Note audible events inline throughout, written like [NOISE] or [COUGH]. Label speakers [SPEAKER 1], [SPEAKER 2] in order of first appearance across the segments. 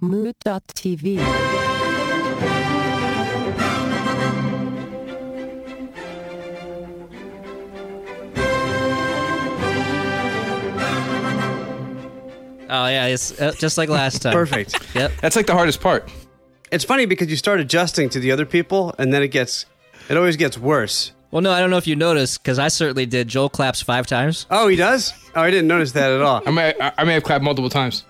[SPEAKER 1] Mood.tv.
[SPEAKER 2] Oh yeah, it's uh, just like last time.
[SPEAKER 3] [LAUGHS] Perfect.
[SPEAKER 2] Yep.
[SPEAKER 4] That's like the hardest part.
[SPEAKER 3] it's funny because you start adjusting to the other people, and then it gets, it always gets worse.
[SPEAKER 2] Well, no, I don't know if you noticed because I certainly did. Joel claps five times.
[SPEAKER 3] Oh, he does? Oh, I didn't notice that at all.
[SPEAKER 4] I may I, I may have clapped multiple times.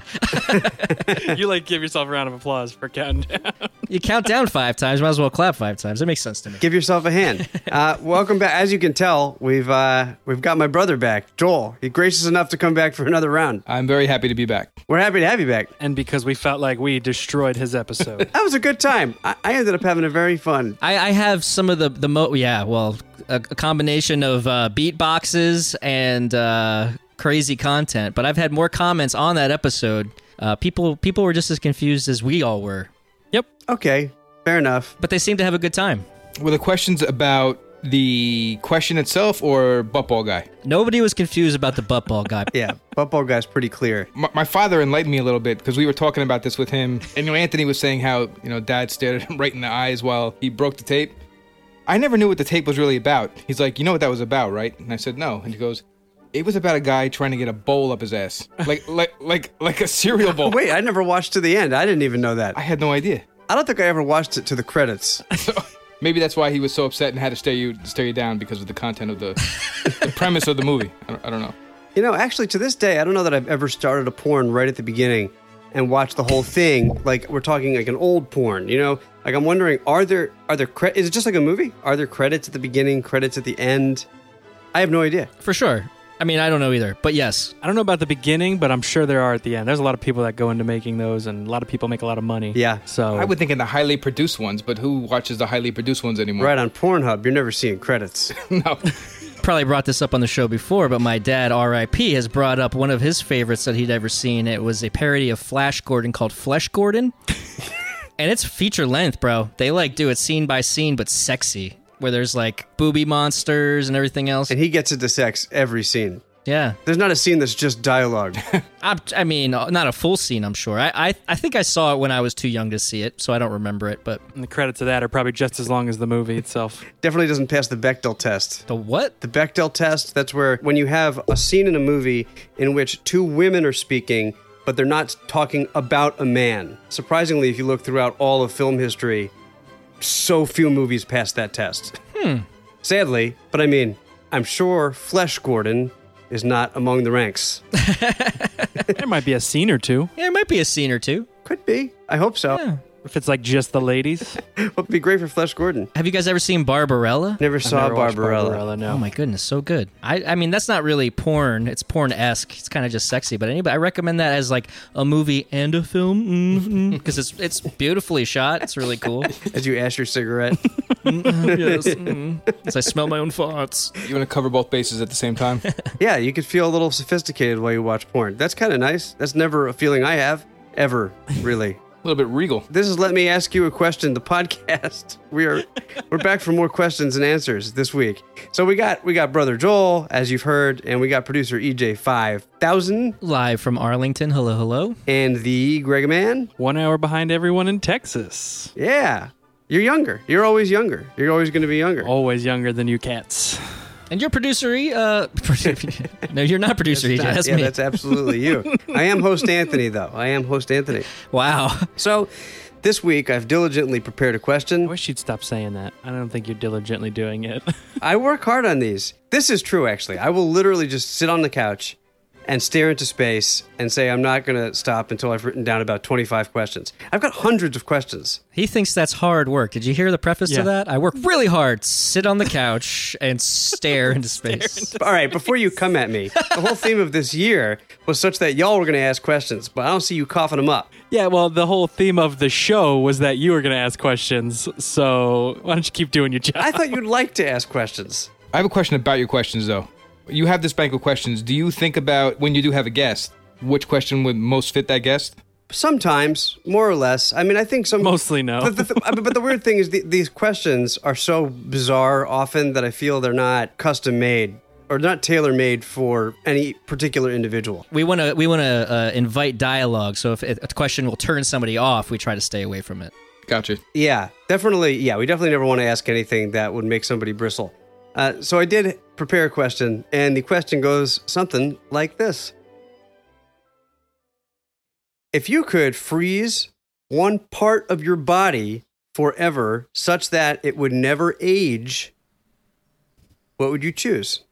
[SPEAKER 5] you like give yourself a round of applause for [LAUGHS] counting down.
[SPEAKER 2] You count down five times, might as well clap five times. That makes sense to me.
[SPEAKER 3] Give yourself a hand. Uh, welcome back. As you can tell, we've uh, we've got my brother back, Joel. He gracious enough to come back for another round.
[SPEAKER 4] I'm very happy to be back.
[SPEAKER 3] We're happy to have you back.
[SPEAKER 5] And because we felt like we destroyed his episode.
[SPEAKER 3] That was a good time. I, I ended up having a very fun.
[SPEAKER 2] I, I have some of the the mo. Yeah, well, a, a combination of uh, beatboxes and uh, crazy content. But I've had more comments on that episode. Uh, people people were just as confused as we all were,
[SPEAKER 3] Okay, fair enough.
[SPEAKER 2] but they seemed to have a good time.
[SPEAKER 4] Were the questions about the question itself or buttball guy?
[SPEAKER 2] Nobody was confused about the butt ball guy.
[SPEAKER 3] [LAUGHS] Yeah, Bubble Guy's pretty clear.
[SPEAKER 4] My, my father enlightened me a little bit because we were talking about this with him, and you know Anthony was saying how you know Dad stared at him [LAUGHS] right in the eyes while he broke the tape. I never knew what the tape was really about. He's like, you know what that was about, right? And I said, no. And he goes, it was about a guy trying to get a bowl up his ass, like [LAUGHS] like like like a cereal bowl.
[SPEAKER 3] Wait, I never watched to the end. I didn't even know that.
[SPEAKER 4] I had no idea.
[SPEAKER 3] I don't think I ever watched it to the credits.
[SPEAKER 4] [LAUGHS] Maybe that's why he was so upset and had to stare you stare you down because of the content of the, the premise of the movie. I don't, I don't know.
[SPEAKER 3] You know, actually, to this day, I don't know that I've ever started a porn right at the beginning and watched the whole thing. Like we're talking like an old porn. You know, like I'm wondering, are there are there cre- is it just like a movie? Are there credits at the beginning, credits at the end? I have no idea.
[SPEAKER 2] For sure. I mean, I don't know either, but yes.
[SPEAKER 5] I don't know about the beginning, but I'm sure there are at the end. There's a lot of people that go into making those, and a lot of people make a lot of money.
[SPEAKER 3] Yeah.
[SPEAKER 5] So
[SPEAKER 4] I would think in the highly produced ones, but who watches the highly produced ones anymore?
[SPEAKER 3] Right on Pornhub, you're never seeing credits.
[SPEAKER 4] [LAUGHS] No.
[SPEAKER 2] Probably brought this up on the show before, but my dad, RIP, has brought up one of his favorites that he'd ever seen. It was a parody of Flash Gordon called Flesh Gordon. and it's feature length, bro. They like do it scene by scene, but sexy, where there's like booby monsters and everything else.
[SPEAKER 3] and he gets into sex every scene.
[SPEAKER 2] Yeah.
[SPEAKER 3] There's not a scene that's just dialogue.
[SPEAKER 2] I, I mean, not a full scene, I'm sure. I, I, I think I saw it when I was too young to see it, so I don't remember it, but
[SPEAKER 5] and the credits of that are probably just as long as the movie itself.
[SPEAKER 3] Definitely doesn't pass the Bechdel test.
[SPEAKER 2] the what?
[SPEAKER 3] The Bechdel test, that's where when you have a scene in a movie in which two women are speaking, but they're not talking about a man. Surprisingly, if you look throughout all of film history, so few movies pass that test. Hmm. Sadly, but I mean, I'm sure Flesh Gordon is not among the ranks.
[SPEAKER 5] there might be a scene or two
[SPEAKER 2] Yeah, it might be a scene or two.
[SPEAKER 3] Could be. I hope so.
[SPEAKER 2] Yeah.
[SPEAKER 5] if it's like just the ladies.
[SPEAKER 3] Would be great for Flesh Gordon.
[SPEAKER 2] Have you guys ever seen Barbarella?
[SPEAKER 3] Never
[SPEAKER 5] I've
[SPEAKER 3] saw
[SPEAKER 5] never watched
[SPEAKER 3] Barbarella.
[SPEAKER 5] Barbarella, Mm. no.
[SPEAKER 2] Oh my goodness, so good. I, I mean, that's not really porn. It's porn esque. It's kind of just sexy. But anybody, I recommend that as like a movie and a film [LAUGHS] because it's it's beautifully shot. It's really cool.
[SPEAKER 3] As you ash your cigarette.
[SPEAKER 2] yes, mm, as I smell my own farts.
[SPEAKER 4] You want to cover both bases at the same time?
[SPEAKER 3] Yeah, you could feel a little sophisticated while you watch porn. That's kind of nice. That's never a feeling I have,
[SPEAKER 2] [LAUGHS]
[SPEAKER 3] ever, really.
[SPEAKER 4] A little bit regal.
[SPEAKER 3] this is Let Me Ask You a Question, the podcast. [LAUGHS] We are we're back for more questions and answers this week. So we got we got brother Joel, as you've heard, and we got producer EJ five thousand
[SPEAKER 2] Live from Arlington. Hello, hello.
[SPEAKER 3] and the Greg Man.
[SPEAKER 5] One hour behind everyone in Texas.
[SPEAKER 3] Yeah. You're younger. You're always younger. You're always gonna be younger.
[SPEAKER 2] Oh,
[SPEAKER 5] Always younger than you cats.
[SPEAKER 2] And your producer, E- uh, [LAUGHS] producer- no, you're not producer EJ. That's
[SPEAKER 3] yeah,
[SPEAKER 2] me.
[SPEAKER 3] that's
[SPEAKER 2] [LAUGHS]
[SPEAKER 3] absolutely you. I am host Anthony though. I am host Anthony.
[SPEAKER 2] wow.
[SPEAKER 3] So this week I've diligently prepared a question.
[SPEAKER 5] I wish you'd stop saying that. I don't think you're diligently doing it. [LAUGHS]
[SPEAKER 3] I work hard on these. This is true, actually. I will literally just sit on the couch and stare into space and say, I'm not going to stop until I've written down about 25 questions. I've got hundreds of questions.
[SPEAKER 2] He thinks that's hard work. Did you hear the preface to
[SPEAKER 5] Yeah.
[SPEAKER 2] that? I work really hard. Sit on the couch and [LAUGHS] stare into space.
[SPEAKER 3] All right, before you come at me, the whole theme of this year was such that y'all were going to ask questions, but I don't see you coughing them up.
[SPEAKER 5] yeah, well, the whole theme of the show was that you were going to ask questions. So why don't you keep doing your job? [LAUGHS]
[SPEAKER 3] I thought you'd like to ask questions.
[SPEAKER 4] I have a question about your questions, though. You have this bank of questions. Do you think about when you do have a guest, which question would most fit that guest?
[SPEAKER 3] Sometimes, more or less. I mean, I think some.
[SPEAKER 5] Mostly [LAUGHS] no.
[SPEAKER 3] But the, th- but the weird thing is, the, these questions are so bizarre often that I feel they're not custom made are not tailor made for any particular individual.
[SPEAKER 2] We want to we want to uh, invite dialogue. So if a a question will turn somebody off, we try to stay away from it.
[SPEAKER 4] Gotcha.
[SPEAKER 3] Yeah, definitely. Yeah, we definitely never want to ask anything that would make somebody bristle. Uh, so I did prepare a question, and the question goes something like this If you could freeze one part of your body forever such that it would never age, what would you choose?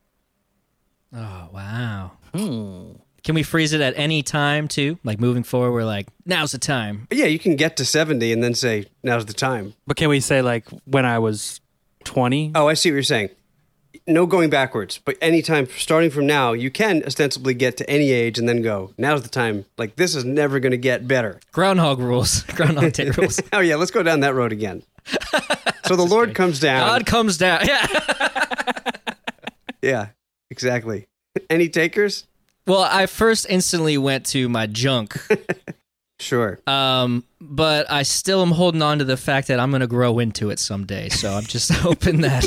[SPEAKER 2] Oh wow. Can we freeze it at any time too? Like moving forward, we're like, now's the time.
[SPEAKER 3] Yeah, you can get to 70 and then say, now's the time.
[SPEAKER 5] But can we say like when I was 20?
[SPEAKER 3] Oh, I see what you're saying. No going backwards, but anytime starting from now, you can ostensibly get to any age and then go, now's the time. Like, this is never going to get better.
[SPEAKER 2] Groundhog rules. [LAUGHS] Groundhog Day rules.
[SPEAKER 3] [LAUGHS] Oh, yeah, let's go down that road again. so the Lord comes down.
[SPEAKER 2] God comes down. [LAUGHS] Yeah.
[SPEAKER 3] Yeah, exactly. any takers?
[SPEAKER 2] Well, I first instantly went to my junk,
[SPEAKER 3] Sure.
[SPEAKER 2] um, but I still am holding on to the fact that I'm going to grow into it someday. So I'm just [LAUGHS] hoping that,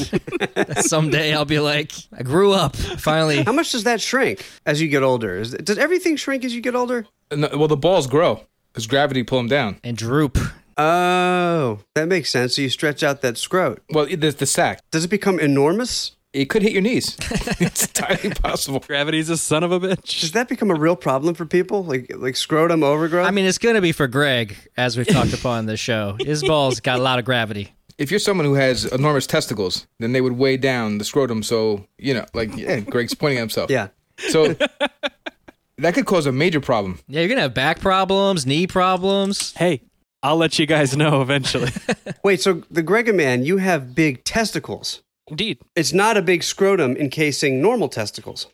[SPEAKER 2] that someday I'll be like, I grew up finally.
[SPEAKER 3] How much does that shrink as you get older? Is, does everything shrink as you get older?
[SPEAKER 4] No, well, the balls grow because gravity pull them down.
[SPEAKER 2] And droop.
[SPEAKER 3] Oh, that makes sense. So you stretch out that scrot.
[SPEAKER 4] Well, it, there's the sack.
[SPEAKER 3] Does it become enormous?
[SPEAKER 4] It could hit your knees. [LAUGHS] it's entirely possible.
[SPEAKER 5] Gravity's a son of a bitch.
[SPEAKER 3] Does that become a real problem for people? Like like scrotum overgrowth?
[SPEAKER 2] I mean, it's going to be for Greg, as we've talked upon the show. His balls got a lot of gravity.
[SPEAKER 4] If you're someone who has enormous testicles, then they would weigh down the scrotum. So you know, like [LAUGHS] yeah, Greg's pointing at himself.
[SPEAKER 3] yeah.
[SPEAKER 4] So that could cause a major problem.
[SPEAKER 2] Yeah, you're going to have back problems, knee problems.
[SPEAKER 5] Hey, I'll let you guys
[SPEAKER 3] [LAUGHS]
[SPEAKER 5] know eventually.
[SPEAKER 3] Wait, so the Gregor man, you have big testicles.
[SPEAKER 5] Indeed.
[SPEAKER 3] It's not a big scrotum encasing
[SPEAKER 2] [LAUGHS]
[SPEAKER 3] normal testicles.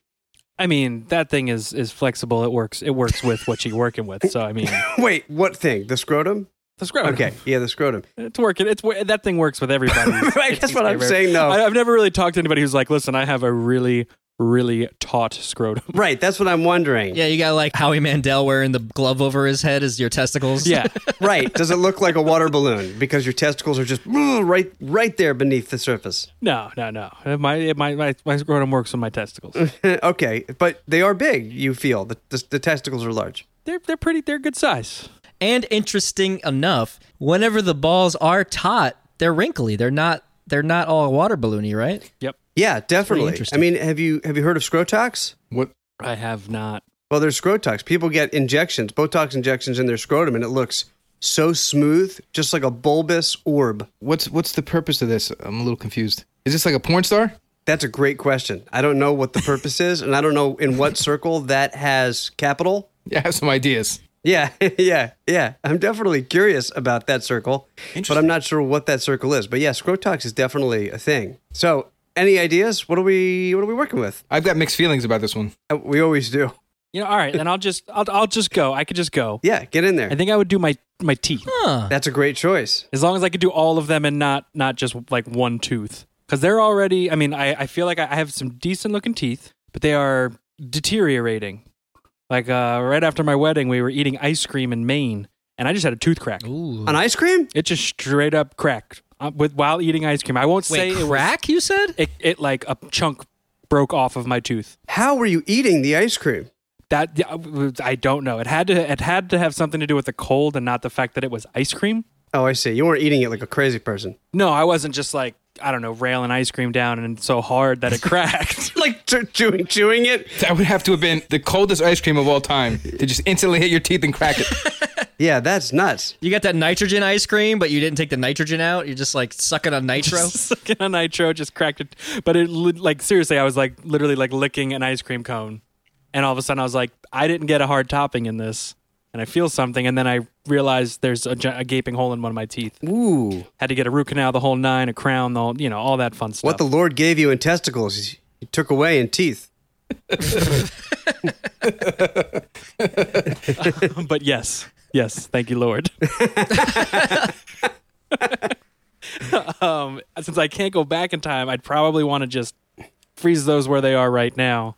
[SPEAKER 5] I mean, that thing is is flexible. It works. It works with what you're working with. So
[SPEAKER 3] [LAUGHS]
[SPEAKER 5] I mean,
[SPEAKER 3] Wait, what thing? The scrotum?
[SPEAKER 2] Oh.
[SPEAKER 5] the scrotum.
[SPEAKER 3] Okay, yeah, the scrotum.
[SPEAKER 5] It's working. It's wor- that thing works
[SPEAKER 3] [LAUGHS]
[SPEAKER 5] with everybody.
[SPEAKER 3] Right, that's what I'm saying, though.
[SPEAKER 5] I, I've never really talked to anybody who's like, listen, I have a really, really taut scrotum.
[SPEAKER 3] Right, that's what I'm wondering.
[SPEAKER 2] Yeah, [LAUGHS] you got like Howie Mandel wearing the glove over his head as your testicles.
[SPEAKER 5] [LAUGHS] yeah,
[SPEAKER 3] Right, does it look like a water balloon because your testicles are just [LAUGHS] mm, right right there beneath the surface? [LAUGHS]
[SPEAKER 5] no, no, no. My it- my my, my scrotum works with my
[SPEAKER 2] [LAUGHS]
[SPEAKER 5] testicles.
[SPEAKER 3] okay, but they are big, you feel. The, the, the testicles are large.
[SPEAKER 5] they're they're pretty. They're good size.
[SPEAKER 2] [LAUGHS] And interesting enough, whenever the balls are taut, they're wrinkly. They're not they're not all water balloony, right?
[SPEAKER 5] Yep.
[SPEAKER 3] Yeah, definitely. I
[SPEAKER 2] interesting.
[SPEAKER 3] mean, have you have you heard of scrotox?
[SPEAKER 4] What?
[SPEAKER 5] I have not.
[SPEAKER 3] Well, there's scrotox. People get injections, Botox injections in their scrotum, and it looks so smooth, just like a bulbous orb.
[SPEAKER 4] What's what's the purpose of this? I'm a little confused. Is this like a porn star? [LAUGHS]
[SPEAKER 3] That's a great question. I don't know what the purpose is, and I don't know in what circle that has capital.
[SPEAKER 4] Yeah, I have some ideas.
[SPEAKER 3] Yeah, [LAUGHS] yeah, yeah. I'm definitely curious about that circle, but I'm not sure what that circle is. But yeah, scrotox is definitely a thing. So, any ideas? What are we what are we working with?
[SPEAKER 4] I've got mixed feelings about this one.
[SPEAKER 3] Uh, We always do.
[SPEAKER 5] You know. All right. Then I'll just I'll I'll just go. I could just go.
[SPEAKER 3] Yeah, get in
[SPEAKER 5] I
[SPEAKER 3] there.
[SPEAKER 5] think I would do my my teeth.
[SPEAKER 3] That's a great choice.
[SPEAKER 5] As long as I could do all of them and not not just like one tooth, because they're already. I mean, I, I feel like I I have some decent looking teeth, but they are deteriorating. Like uh, right after my wedding, we were eating ice cream in Maine, and I just had a tooth crack.
[SPEAKER 2] Ooh.
[SPEAKER 3] An ice cream?
[SPEAKER 5] It just straight up cracked uh, with while eating ice cream. I won't
[SPEAKER 2] Wait,
[SPEAKER 5] say
[SPEAKER 2] crack, you said?
[SPEAKER 5] it, was, it. It like a chunk broke off of my tooth.
[SPEAKER 3] How were you eating the ice cream?
[SPEAKER 5] That yeah, I don't know. It had to. It had to have something to do with the cold and not the fact that it was ice cream.
[SPEAKER 3] Oh, I see. You weren't eating it like a crazy person. [LAUGHS]
[SPEAKER 5] No, I wasn't just like I don't know railing ice cream down and so hard that it [LAUGHS] cracked.
[SPEAKER 3] Like che- chewing, chewing it.
[SPEAKER 4] That would have to have been the coldest ice cream of all time to just instantly hit your teeth and crack it.
[SPEAKER 3] Yeah, that's nuts.
[SPEAKER 2] You got that nitrogen ice cream, but you didn't take the nitrogen out. You're just like sucking on nitro.
[SPEAKER 5] Sucking a nitro, just cracked it. But it li- like seriously, I was like literally like licking an ice cream cone, and all of a sudden I was like, I didn't get a hard topping in this, and I feel something, and then I realized there's a, gi- a gaping hole in one of my teeth.
[SPEAKER 3] Ooh,
[SPEAKER 5] Had to get a root canal, the whole nine, a crown, the whole, you know all that fun stuff.
[SPEAKER 3] what the Lord gave you in testicles, you took away in teeth.
[SPEAKER 5] but yes, yes, thank you, Lord. [LAUGHS] um, since I can't go back in time, I'd probably want to just freeze those where they are right now,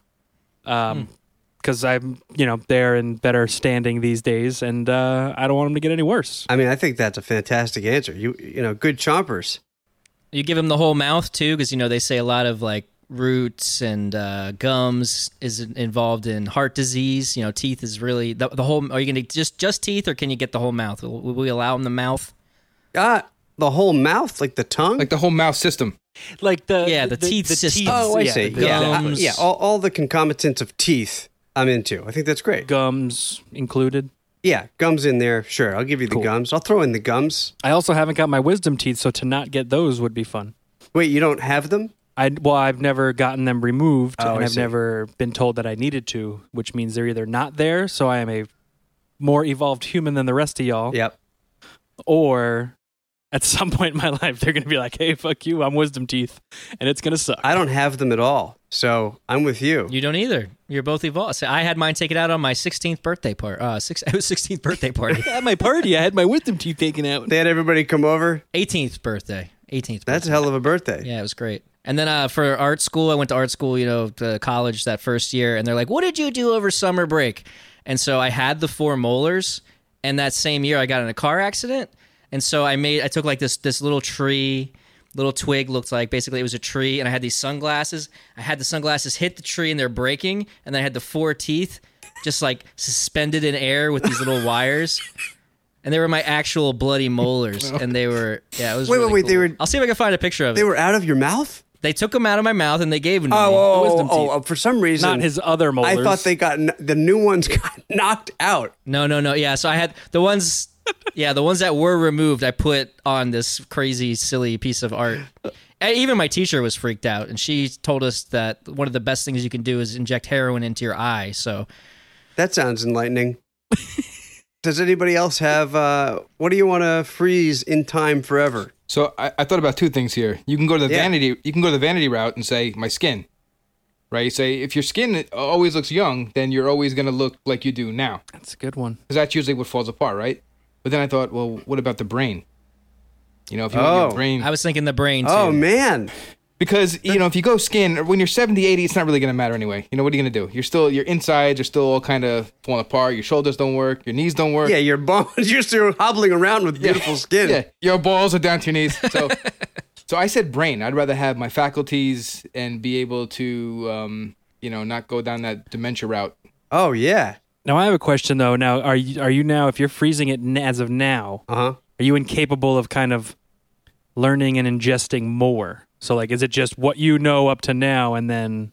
[SPEAKER 5] because I'm, you know, they're in better standing these days, and uh, I don't want them to get any worse.
[SPEAKER 3] I mean, I think that's a fantastic answer. You, you know, good chompers.
[SPEAKER 2] You give him the whole mouth too, because you know they say a lot of like roots and uh, gums is involved in heart disease. You know, teeth is really the, the whole. Are you going to just just teeth, or can you get the whole mouth? Will, will we allow them the mouth?
[SPEAKER 3] Ah, the whole mouth, like the tongue.
[SPEAKER 4] Like the whole mouth system.
[SPEAKER 5] Like the
[SPEAKER 2] Yeah, the teeth system.
[SPEAKER 3] oh, I
[SPEAKER 5] yeah,
[SPEAKER 3] see.
[SPEAKER 5] the
[SPEAKER 3] Yeah, I-
[SPEAKER 5] gums,
[SPEAKER 3] yeah. All, all the concomitants of teeth, I'm into. I think that's great.
[SPEAKER 5] gums included.
[SPEAKER 3] Yeah, gums in there. Sure, I'll give you the gums. I'll throw in the gums.
[SPEAKER 5] I also haven't got my wisdom teeth, so to not get those would be fun.
[SPEAKER 3] Wait, you don't have them?
[SPEAKER 5] I well, I've never gotten them removed,
[SPEAKER 3] Oh,
[SPEAKER 5] and
[SPEAKER 3] I
[SPEAKER 5] I've
[SPEAKER 3] see.
[SPEAKER 5] never been told that I needed to, which means they're either not there, so I am a more evolved human than the rest of y'all,
[SPEAKER 3] Yep.
[SPEAKER 5] or at [LAUGHS] some point in my life they're going to be like, "Hey, fuck you, I'm wisdom teeth," and it's going to suck.
[SPEAKER 3] I don't have them at all. So I'm with you.
[SPEAKER 2] You don't either. You're both evolved. So I had mine taken out on my 16th birthday party. Uh, six, [LAUGHS] it was 16th birthday
[SPEAKER 5] [LAUGHS]
[SPEAKER 2] party.
[SPEAKER 5] At my party, [LAUGHS] I had my wisdom teeth taken out.
[SPEAKER 3] They had everybody come over.
[SPEAKER 2] 18th birthday. 18th.
[SPEAKER 3] That's
[SPEAKER 2] birthday.
[SPEAKER 3] a hell of a birthday.
[SPEAKER 2] Yeah, it was great. And then uh, for art school, I went to art school, you know, to college that first year, and they're like, "What did you do over summer break?" And so I had the four molars, and that same year I got in a car accident, and so I made I took like this this little tree, little twig looked like basically it was a tree, and I had these sunglasses. I had the sunglasses hit the tree and they're breaking, and then I had the four teeth just like suspended in air with these little wires. And they were my actual bloody molars, and they were yeah. It was
[SPEAKER 3] Wait, wait,
[SPEAKER 2] really
[SPEAKER 3] wait,
[SPEAKER 2] cool.
[SPEAKER 3] they were-
[SPEAKER 2] I'll see if I can find a picture of it.
[SPEAKER 3] They were out of your mouth?
[SPEAKER 2] They took them out of my mouth and they gave them to me.
[SPEAKER 3] Oh,
[SPEAKER 5] wisdom
[SPEAKER 3] oh,
[SPEAKER 5] teeth.
[SPEAKER 3] oh, for some reason.
[SPEAKER 5] Not his other molars.
[SPEAKER 3] I thought they got kn- the new ones [LAUGHS] got knocked out.
[SPEAKER 2] No, no, no. Yeah, so I had the ones. Yeah, the ones that were removed, I put on this crazy, silly piece of art. And even my teacher was freaked out, and she told us that one of the best things you can do is inject heroin into your eye. So
[SPEAKER 3] That sounds
[SPEAKER 5] [LAUGHS]
[SPEAKER 3] enlightening. Does anybody else have uh, what do you want to freeze in time forever?
[SPEAKER 4] So I, I thought about two things here. You can go to the
[SPEAKER 3] Yeah.
[SPEAKER 4] vanity. You can go to the vanity route and say my skin, right? You say if your skin always looks young, then you're always gonna look like you do now,
[SPEAKER 5] That's a good one.
[SPEAKER 4] because that's usually what falls apart, right? But then I thought, well, what about the brain? You know, if you want
[SPEAKER 3] Oh.
[SPEAKER 4] your brain,
[SPEAKER 2] I was thinking the brain, too.
[SPEAKER 3] Oh man,
[SPEAKER 4] because you know, if you go skin or when you're 70, 80, it's not really gonna matter anyway. You know, what are you gonna do? You're still your insides are still all kind of falling apart. Your shoulders don't work. Your knees don't work.
[SPEAKER 3] yeah, your bones. [LAUGHS] You're still hobbling around with beautiful skin.
[SPEAKER 4] Yeah, [LAUGHS] your balls are down to your knees.
[SPEAKER 3] [LAUGHS]
[SPEAKER 4] So, so I said brain. I'd rather have my faculties and be able to, um, you know, not go down that dementia route.
[SPEAKER 3] Oh yeah.
[SPEAKER 5] Now I have a question though. Now are you are you now if you're freezing it n- as of now,
[SPEAKER 3] Uh huh.
[SPEAKER 5] are you incapable of kind of learning and ingesting more? So like, is it just what you know up to now, and then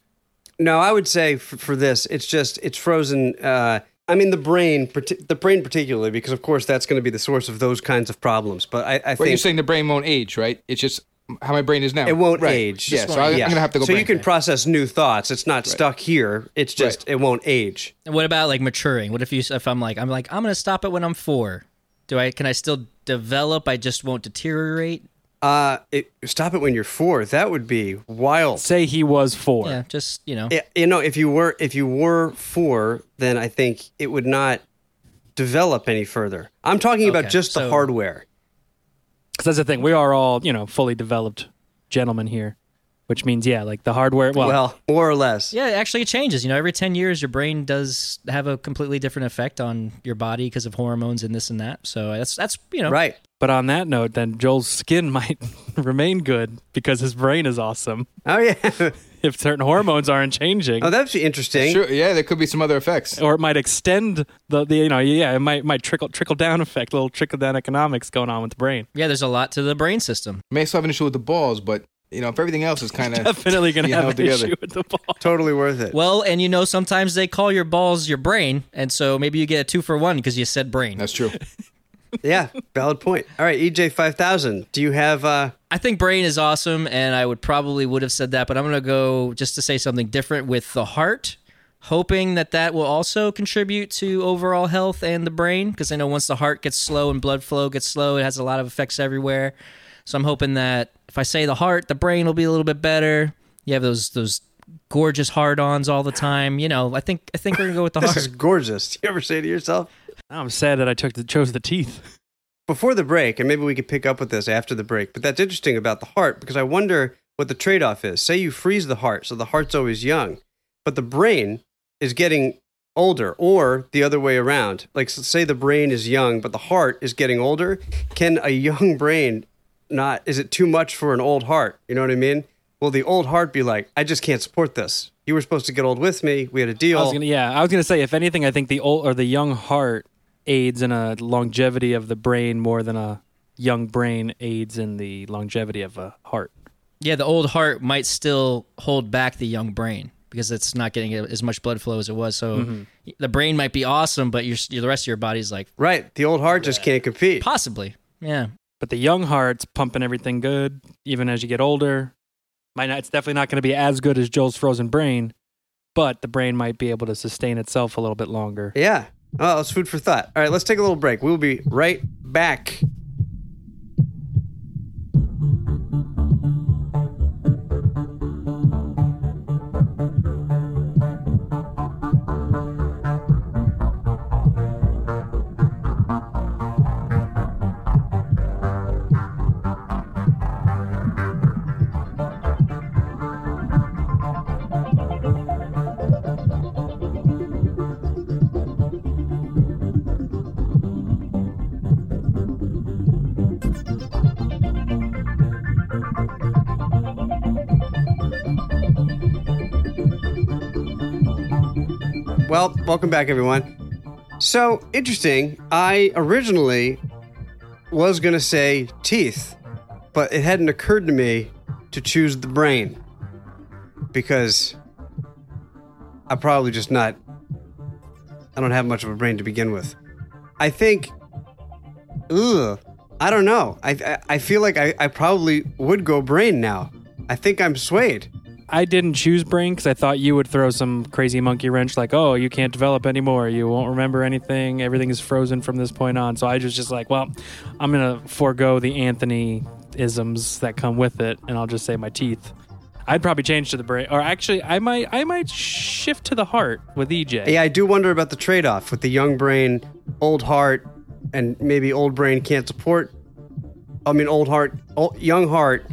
[SPEAKER 3] No, I would say for, for this, it's just it's frozen. Uh, I mean the brain, parti- the brain particularly, because of course that's going to be the source of those kinds of problems. But I, I
[SPEAKER 4] But you're
[SPEAKER 3] think
[SPEAKER 4] saying the brain won't age, right? It's just how my brain is now.
[SPEAKER 3] it won't
[SPEAKER 4] Right.
[SPEAKER 3] age.
[SPEAKER 4] Yeah, so I, am gonna have to go.
[SPEAKER 3] So you can
[SPEAKER 4] brain.
[SPEAKER 3] process new thoughts. It's not stuck here. It's just it won't age.
[SPEAKER 2] And What about like maturing? What if you if I'm like I'm like I'm gonna stop it when I'm four? Do I can I still develop? I just won't deteriorate.
[SPEAKER 3] Uh, it, stop it when you're four. That would be wild.
[SPEAKER 5] say he was four?
[SPEAKER 2] Yeah, just you know.
[SPEAKER 3] Yeah, you know, if you were if you were four, then I think it would not develop any further. I'm talking about
[SPEAKER 2] Okay,
[SPEAKER 3] just the
[SPEAKER 2] so-
[SPEAKER 3] hardware.
[SPEAKER 5] Because that's the thing. We are all you know fully developed gentlemen here, which means yeah, like the hardware. Well,
[SPEAKER 3] Well, more or less.
[SPEAKER 2] Yeah, actually, it changes. You know, every 10 years, your brain does have a completely different effect on your body because of hormones and this and that. So uh, that's, that's you know,
[SPEAKER 3] Right.
[SPEAKER 5] but on that note, then Joel's skin [LAUGHS] might remain good because his brain is awesome.
[SPEAKER 3] Oh yeah. [LAUGHS]
[SPEAKER 5] If certain hormones aren't changing.
[SPEAKER 3] oh, that'd be interesting.
[SPEAKER 4] Sure, yeah, there could be some other effects.
[SPEAKER 5] or it might extend the, the you know yeah it might might trickle trickle down effect little trickle down economics going on with the brain [LAUGHS]
[SPEAKER 2] yeah, there's a lot to the brain system.
[SPEAKER 4] May still have an issue with the balls, but you know, if everything else is kind of
[SPEAKER 5] definitely gonna
[SPEAKER 4] You
[SPEAKER 5] have
[SPEAKER 4] know,
[SPEAKER 5] an
[SPEAKER 4] together.
[SPEAKER 5] issue with the ball
[SPEAKER 3] Totally worth it.
[SPEAKER 2] Well, and you know, sometimes they call your balls your brain. And so maybe you get a two for one because you said brain.
[SPEAKER 4] that's true.
[SPEAKER 3] yeah, valid point. All right, EJ five thousand. Do you have uh
[SPEAKER 2] I think brain is awesome. And I would probably would have said that, but I'm going to go just to say something different with the heart, hoping that that will also contribute to overall health and the brain. Because I know once the heart gets slow and blood flow gets slow, it has a lot of effects everywhere. So I'm hoping that if I say the heart, the brain will be a little bit better. You have those those gorgeous hard-ons all the time. You know, I think I think we're gonna go with the
[SPEAKER 3] this
[SPEAKER 2] heart.
[SPEAKER 3] is gorgeous. [LAUGHS] Do you ever say to yourself?
[SPEAKER 5] i'm sad that i took the, chose the teeth
[SPEAKER 3] Before the break, and maybe we could pick up with this after the break, but that's interesting about the heart because I wonder what the trade off is. Say you freeze the heart, so the heart's always young, but the brain is getting older, or the other way around. Like, s- say the brain is young, but the heart is getting [LAUGHS] older. Can a young brain not, is it too much for an old heart? You know what I mean? Will the old heart be like, I just can't support this? You were supposed to get old with me. We had a deal.
[SPEAKER 5] I was gonna, yeah, I was gonna say if anything, I think the old or the young heart aids in a longevity of the brain more than a young brain aids in the longevity of a heart.
[SPEAKER 2] Yeah, the old heart might still hold back the young brain because it's not getting as much blood flow as it was. So the brain might be awesome, but your the rest of your body's like
[SPEAKER 3] right. The old heart just can't compete.
[SPEAKER 2] possibly. Yeah.
[SPEAKER 5] But the young heart's pumping everything good, even as you get older. Might not, it's definitely not going to be as good as Joel's frozen brain, but the brain might be able to sustain itself a little bit longer.
[SPEAKER 3] Yeah. Well, it's food for thought. All right, let's take a little break. We'll be right back. Well, welcome back, everyone. So interesting. I originally was going to say teeth, but it hadn't occurred to me to choose the brain because I'm probably just not, I don't have much of a brain to begin with. I think, ugh, I don't know. I, I, I feel like I, I probably would go brain now. I think I'm swayed.
[SPEAKER 5] I didn't choose brain because I thought you would throw some crazy monkey wrench like, oh, you can't develop anymore. You won't remember anything. Everything is frozen from this point on. So I was just like, well, I'm going to forego the Anthony isms that come with it and I'll just say my teeth. I'd probably change to the brain, or actually, I might, I might shift to the heart with E EJ.
[SPEAKER 3] Yeah, I do wonder about the trade off with the young brain, old heart, and maybe old brain can't support. I mean, old heart, old, young heart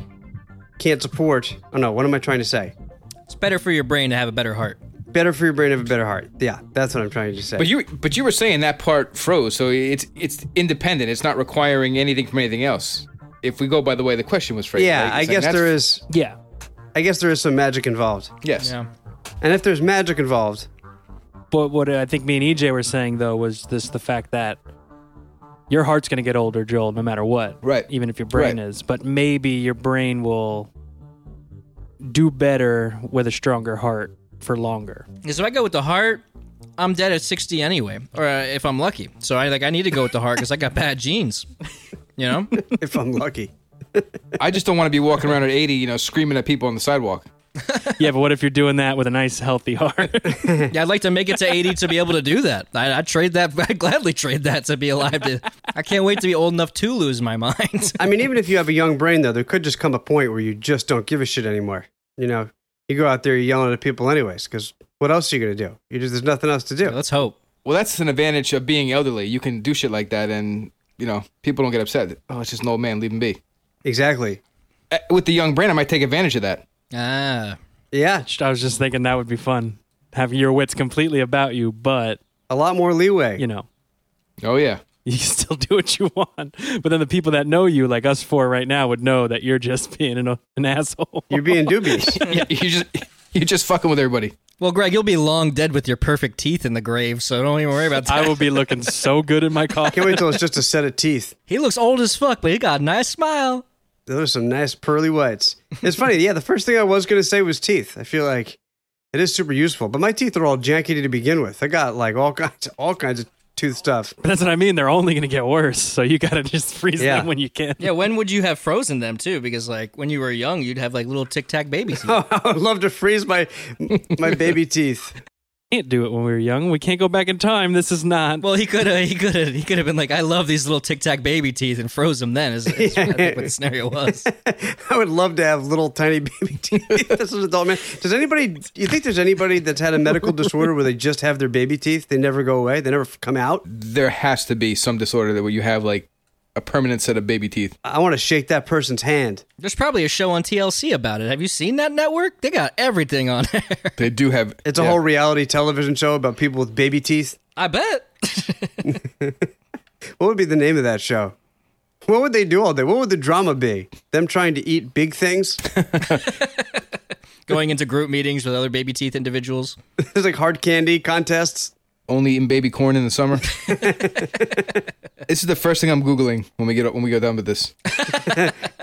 [SPEAKER 3] can't support. Oh no, what am I trying to say?
[SPEAKER 2] It's better for your brain to have a better heart.
[SPEAKER 3] Better for your brain have a better heart. Yeah, that's what I'm trying to say.
[SPEAKER 4] But you but you were saying that part froze, so it's it's independent. It's not requiring anything from anything else. If we go by the way the question was phrased,
[SPEAKER 3] yeah,
[SPEAKER 4] right?
[SPEAKER 3] I
[SPEAKER 4] It's like,
[SPEAKER 3] guess
[SPEAKER 4] that's-
[SPEAKER 3] there is.
[SPEAKER 5] Yeah.
[SPEAKER 3] I guess there is some magic involved.
[SPEAKER 4] Yes.
[SPEAKER 2] Yeah.
[SPEAKER 3] And if there's magic
[SPEAKER 4] [LAUGHS]
[SPEAKER 3] involved,
[SPEAKER 5] But what I think me and EJ were saying though was this the fact that your heart's going to get older, Joel, no matter what.
[SPEAKER 4] Right.
[SPEAKER 5] Even if your brain
[SPEAKER 4] Right.
[SPEAKER 5] is, but maybe your brain will do better with a stronger heart for longer.
[SPEAKER 2] Because if I go with the heart, I'm dead at 60 anyway, or uh, if I'm lucky. So I like I need to go with the heart because I got bad genes. You know,
[SPEAKER 3] if I'm lucky,
[SPEAKER 4] I just don't want to be walking around at 80, you know, screaming at people on the sidewalk.
[SPEAKER 5] yeah, but what if you're doing that with a nice healthy heart? [LAUGHS]
[SPEAKER 2] yeah, I'd like to make it to 80 to be able to do that. I, I'd trade that. [LAUGHS] I'd gladly trade that to be alive. [LAUGHS] To, I can't wait to be old enough to lose my [LAUGHS] mind.
[SPEAKER 3] I mean, even if you have a young brain though, there could just come a point where you just don't give a shit anymore. You know, you go out there, you're yelling at people anyways, because what else are you gonna do? You just there's nothing else to do.
[SPEAKER 2] Let's hope.
[SPEAKER 4] Well, that's an advantage of being elderly. You can do shit like that, and you know, people don't get upset. Oh, it's just an old man. Leave him be.
[SPEAKER 3] Exactly.
[SPEAKER 4] Uh, With the young brain, I might take advantage of that.
[SPEAKER 2] Ah,
[SPEAKER 3] Yeah,
[SPEAKER 5] I was just thinking that would be fun. Have your wits completely about you, but
[SPEAKER 3] a lot more leeway.
[SPEAKER 5] you know,
[SPEAKER 3] [LAUGHS]
[SPEAKER 4] Oh yeah.
[SPEAKER 5] you can still do what you want. But then the people that know you, like us four right now, would know that you're just being an, an asshole.
[SPEAKER 3] You're being dubious.
[SPEAKER 4] you you just you just fucking with everybody.
[SPEAKER 2] well, Greg, you'll be long dead with your perfect teeth in the grave, so don't even worry about that.
[SPEAKER 5] [LAUGHS] I will be looking so good in my coffin.
[SPEAKER 3] Can't wait till it's just a set of teeth.
[SPEAKER 2] he looks old as fuck, but he got a nice smile.
[SPEAKER 3] Those are some nice pearly whites. It's funny. Yeah, the first thing I was going to say was teeth. I feel like it is super useful, but my teeth are all janky to begin with. I got like all kinds, all kinds of tooth stuff. [LAUGHS]
[SPEAKER 5] But that's what I mean. They're only going to get worse. So you got to just freeze
[SPEAKER 3] Yeah.
[SPEAKER 5] them when you can.
[SPEAKER 2] Yeah, when would you have frozen them too? Because like when you were young, you'd have like little tic tac babies.
[SPEAKER 3] I would love to freeze my my baby teeth.
[SPEAKER 5] Can't do it when we were young. We can't go back in time. This is not.
[SPEAKER 2] [LAUGHS] Well, he could have. He could have. He could have been like, "I love these little Tic Tac baby teeth," and froze them. Then is, is I think what the [LAUGHS] scenario was.
[SPEAKER 3] I would love to have little tiny [LAUGHS] baby teeth. That's an adult man. Does anybody? You think there's anybody that's had a medical disorder where they just have their baby teeth? They never go away. They never f- come out.
[SPEAKER 4] There has to be some disorder that where you have like a permanent set of baby teeth.
[SPEAKER 3] I want to shake that person's hand.
[SPEAKER 2] There's probably a show on TLC about it. Have you seen that network? They got everything on [LAUGHS] there.
[SPEAKER 4] They do have.
[SPEAKER 3] [LAUGHS] It's a
[SPEAKER 4] yeah.
[SPEAKER 3] whole reality television show about people with baby teeth.
[SPEAKER 2] I bet.
[SPEAKER 3] What would be the name of that show? What would they do all day? What would the drama be? Them trying to eat big things?
[SPEAKER 2] [LAUGHS]
[SPEAKER 3] [LAUGHS]
[SPEAKER 2] Going into group meetings with other baby teeth individuals.
[SPEAKER 3] There's like hard candy contests.
[SPEAKER 4] Only eating baby corn in
[SPEAKER 3] [LAUGHS]
[SPEAKER 4] the summer. this is the first thing I'm googling when we get when we go done with this.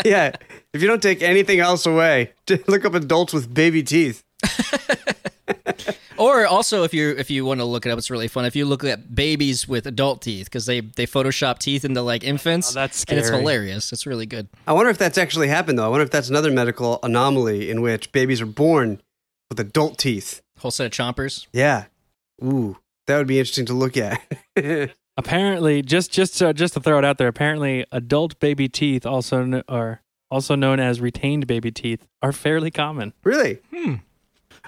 [SPEAKER 3] Yeah. If you don't take anything else away, [LAUGHS] look up adults with baby teeth.
[SPEAKER 2] Or also, if you if you want to look it up, it's really fun. If you look at babies with adult teeth, because they they Photoshop teeth into like infants.
[SPEAKER 5] Oh, that's
[SPEAKER 2] and it's
[SPEAKER 5] scary.
[SPEAKER 2] hilarious. It's really good.
[SPEAKER 3] I wonder if that's actually happened though. I wonder if that's another medical anomaly in which babies are born with adult teeth.
[SPEAKER 2] Whole set of chompers.
[SPEAKER 3] Yeah. Ooh, that would be interesting to look at. [LAUGHS]
[SPEAKER 5] Apparently, just just uh, just to throw it out there, apparently adult baby teeth also kn- are also known as retained baby teeth are fairly common.
[SPEAKER 3] really? Hmm.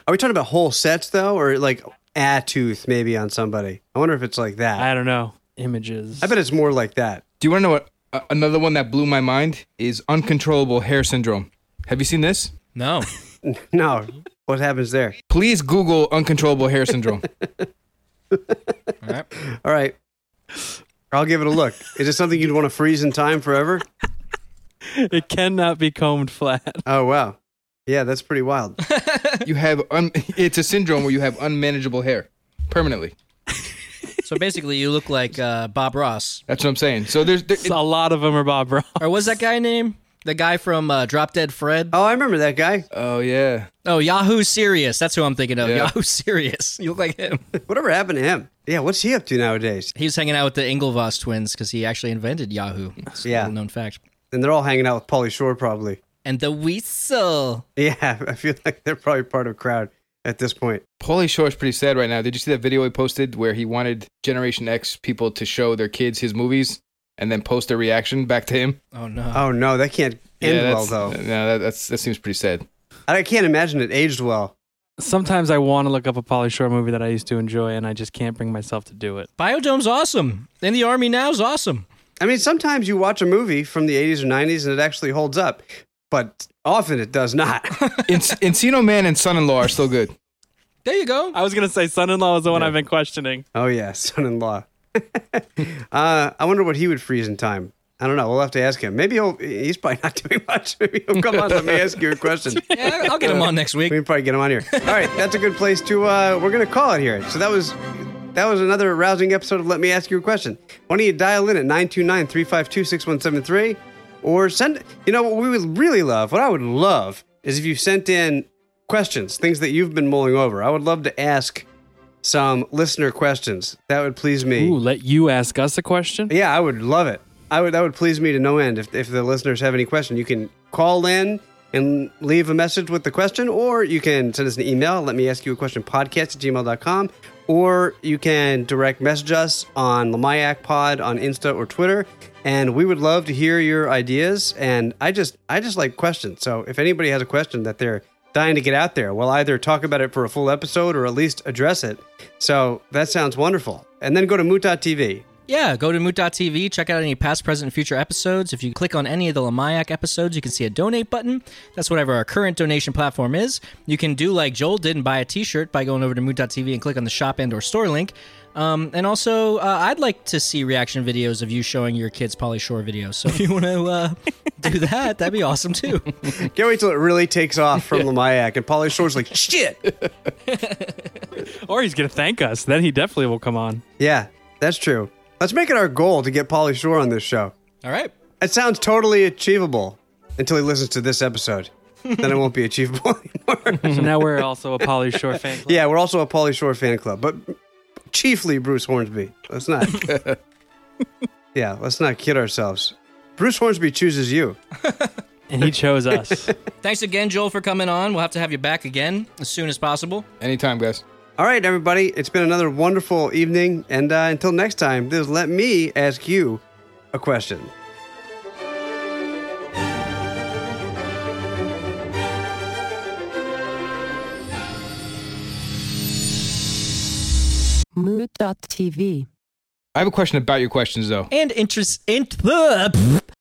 [SPEAKER 3] Are we talking about whole sets though, or like a tooth maybe on somebody? I wonder if it's like that.
[SPEAKER 5] I don't know. Images.
[SPEAKER 3] I bet it's more like that. [LAUGHS]
[SPEAKER 4] Do you want to know what uh, another one that blew my mind is uncontrollable hair syndrome? Have you seen this?
[SPEAKER 2] No,
[SPEAKER 3] No. What happens there?
[SPEAKER 4] Please Google uncontrollable hair syndrome.
[SPEAKER 2] All right.
[SPEAKER 3] All right. I'll give it a look. Is it something you'd want to freeze in time forever?
[SPEAKER 5] it cannot be combed flat.
[SPEAKER 3] Oh wow. Yeah, that's pretty wild.
[SPEAKER 4] you have un- it's a syndrome where you have unmanageable hair permanently.
[SPEAKER 2] [LAUGHS] so basically, you look like uh, Bob Ross,
[SPEAKER 4] That's what I'm saying. So there's there, it-
[SPEAKER 5] [LAUGHS] a lot of them are Bob Ross.
[SPEAKER 2] or was that guy name? The guy from uh, Drop Dead Fred.
[SPEAKER 3] Oh, I remember that guy.
[SPEAKER 4] oh yeah.
[SPEAKER 2] Oh, Yahoo Serious. That's who I'm thinking of.
[SPEAKER 4] Yeah.
[SPEAKER 2] Yahoo [LAUGHS] Serious. You look like him.
[SPEAKER 3] Whatever happened to him? Yeah, what's he up to nowadays?
[SPEAKER 2] he was hanging out with the Inglevoss twins because he actually invented Yahoo. It's a
[SPEAKER 3] Yeah.
[SPEAKER 2] little known fact.
[SPEAKER 3] And they're all hanging out with Polly Shore probably.
[SPEAKER 2] And the Weasel.
[SPEAKER 3] Yeah, [LAUGHS] I feel like they're probably part of a crowd at this point.
[SPEAKER 4] Paulie Shore is pretty sad right now. Did you see that video he posted where he wanted Generation X people to show their kids his movies and then post their reaction back to him?
[SPEAKER 2] Oh no.
[SPEAKER 3] Oh no, that can't end well
[SPEAKER 4] that's,
[SPEAKER 3] though.
[SPEAKER 4] No, that, that's that seems pretty sad.
[SPEAKER 3] I can't imagine it aged well.
[SPEAKER 5] Sometimes I want to look up a Polly Shore movie that I used to enjoy, and I just can't bring myself to do it.
[SPEAKER 2] Biodome's awesome. In the army now is awesome.
[SPEAKER 3] I mean, sometimes you watch a movie from the 80s or 90s and it actually holds up, but often it does not.
[SPEAKER 4] En- [LAUGHS] Encino Man and Son-in-Law are still good.
[SPEAKER 2] There you go.
[SPEAKER 5] I was gonna say son-in-law is the one I've been questioning.
[SPEAKER 3] oh yeah, son-in-law. [LAUGHS] uh, I wonder what he would freeze in time. I don't know. We'll have to ask him. Maybe he'll, he's probably not [LAUGHS] doing much. Maybe he'll come on. Let me ask you a question.
[SPEAKER 2] Yeah, I'll get him on next week.
[SPEAKER 3] We can probably get him on here. All right, that's a good place to. Uh, we're gonna call it here. So that was that was another rousing episode of Let Me Ask You a Question. Why don't you dial in at 929-352-6173 or send. You know what we would really love. What I would love is if you sent in questions, things that you've been mulling over. I would love to ask some listener questions. That would please me.
[SPEAKER 5] Ooh, let you ask us a question.
[SPEAKER 3] Yeah, I would love it. I would that would please me to no end. If if the listeners have any question, you can call in and leave a message with the question, or you can send us an email, let me ask you a question podcast at gmail.com, or you can direct message us on Lamayak Pod on Insta or Twitter. And we would love to hear your ideas. And I just I just like questions. So if anybody has a question that they're dying to get out there. We'll either talk about it for a full episode or at least address it. So that sounds wonderful. And then go to moot.tv.
[SPEAKER 2] [LAUGHS] Yeah, go to moot.tv, check out any past, present, and future episodes. If you click on any of the Lamayak episodes, you can see a donate button. That's whatever our current donation platform is. You can do like Joel did and buy a t-shirt by going over to moot.tv and click on the shop and or store link. Um, and also, uh, I'd like to see reaction videos of you showing your kids Polly Shore videos. So if you want to [LAUGHS] uh, do that, that'd be awesome too.
[SPEAKER 3] Can't wait till it really takes off from Lamayak and Polly Shore's like, shit.
[SPEAKER 5] Or he's gonna thank us. Then he definitely will come on.
[SPEAKER 3] Yeah, that's true. Let's make it our goal to get Polly Shore on this show.
[SPEAKER 2] All right.
[SPEAKER 3] That sounds totally achievable until he listens to this episode. then it won't be achievable [LAUGHS] anymore.
[SPEAKER 5] So now we're also a Polly Shore [LAUGHS] fan. Club.
[SPEAKER 3] yeah, we're also a Polly Shore fan club, but chiefly Bruce Hornsby. Let's not. yeah, let's not kid ourselves. Bruce Hornsby chooses you.
[SPEAKER 5] And he chose us.
[SPEAKER 2] Thanks again, Joel, for coming on. We'll have to have you back again as soon as possible.
[SPEAKER 4] Anytime, guys.
[SPEAKER 3] All right, everybody. It's been another wonderful evening. And uh, until next time, this is let me ask you a question.
[SPEAKER 1] Mood.tv.
[SPEAKER 4] I have a question about your questions though.
[SPEAKER 2] [LAUGHS] And interest in the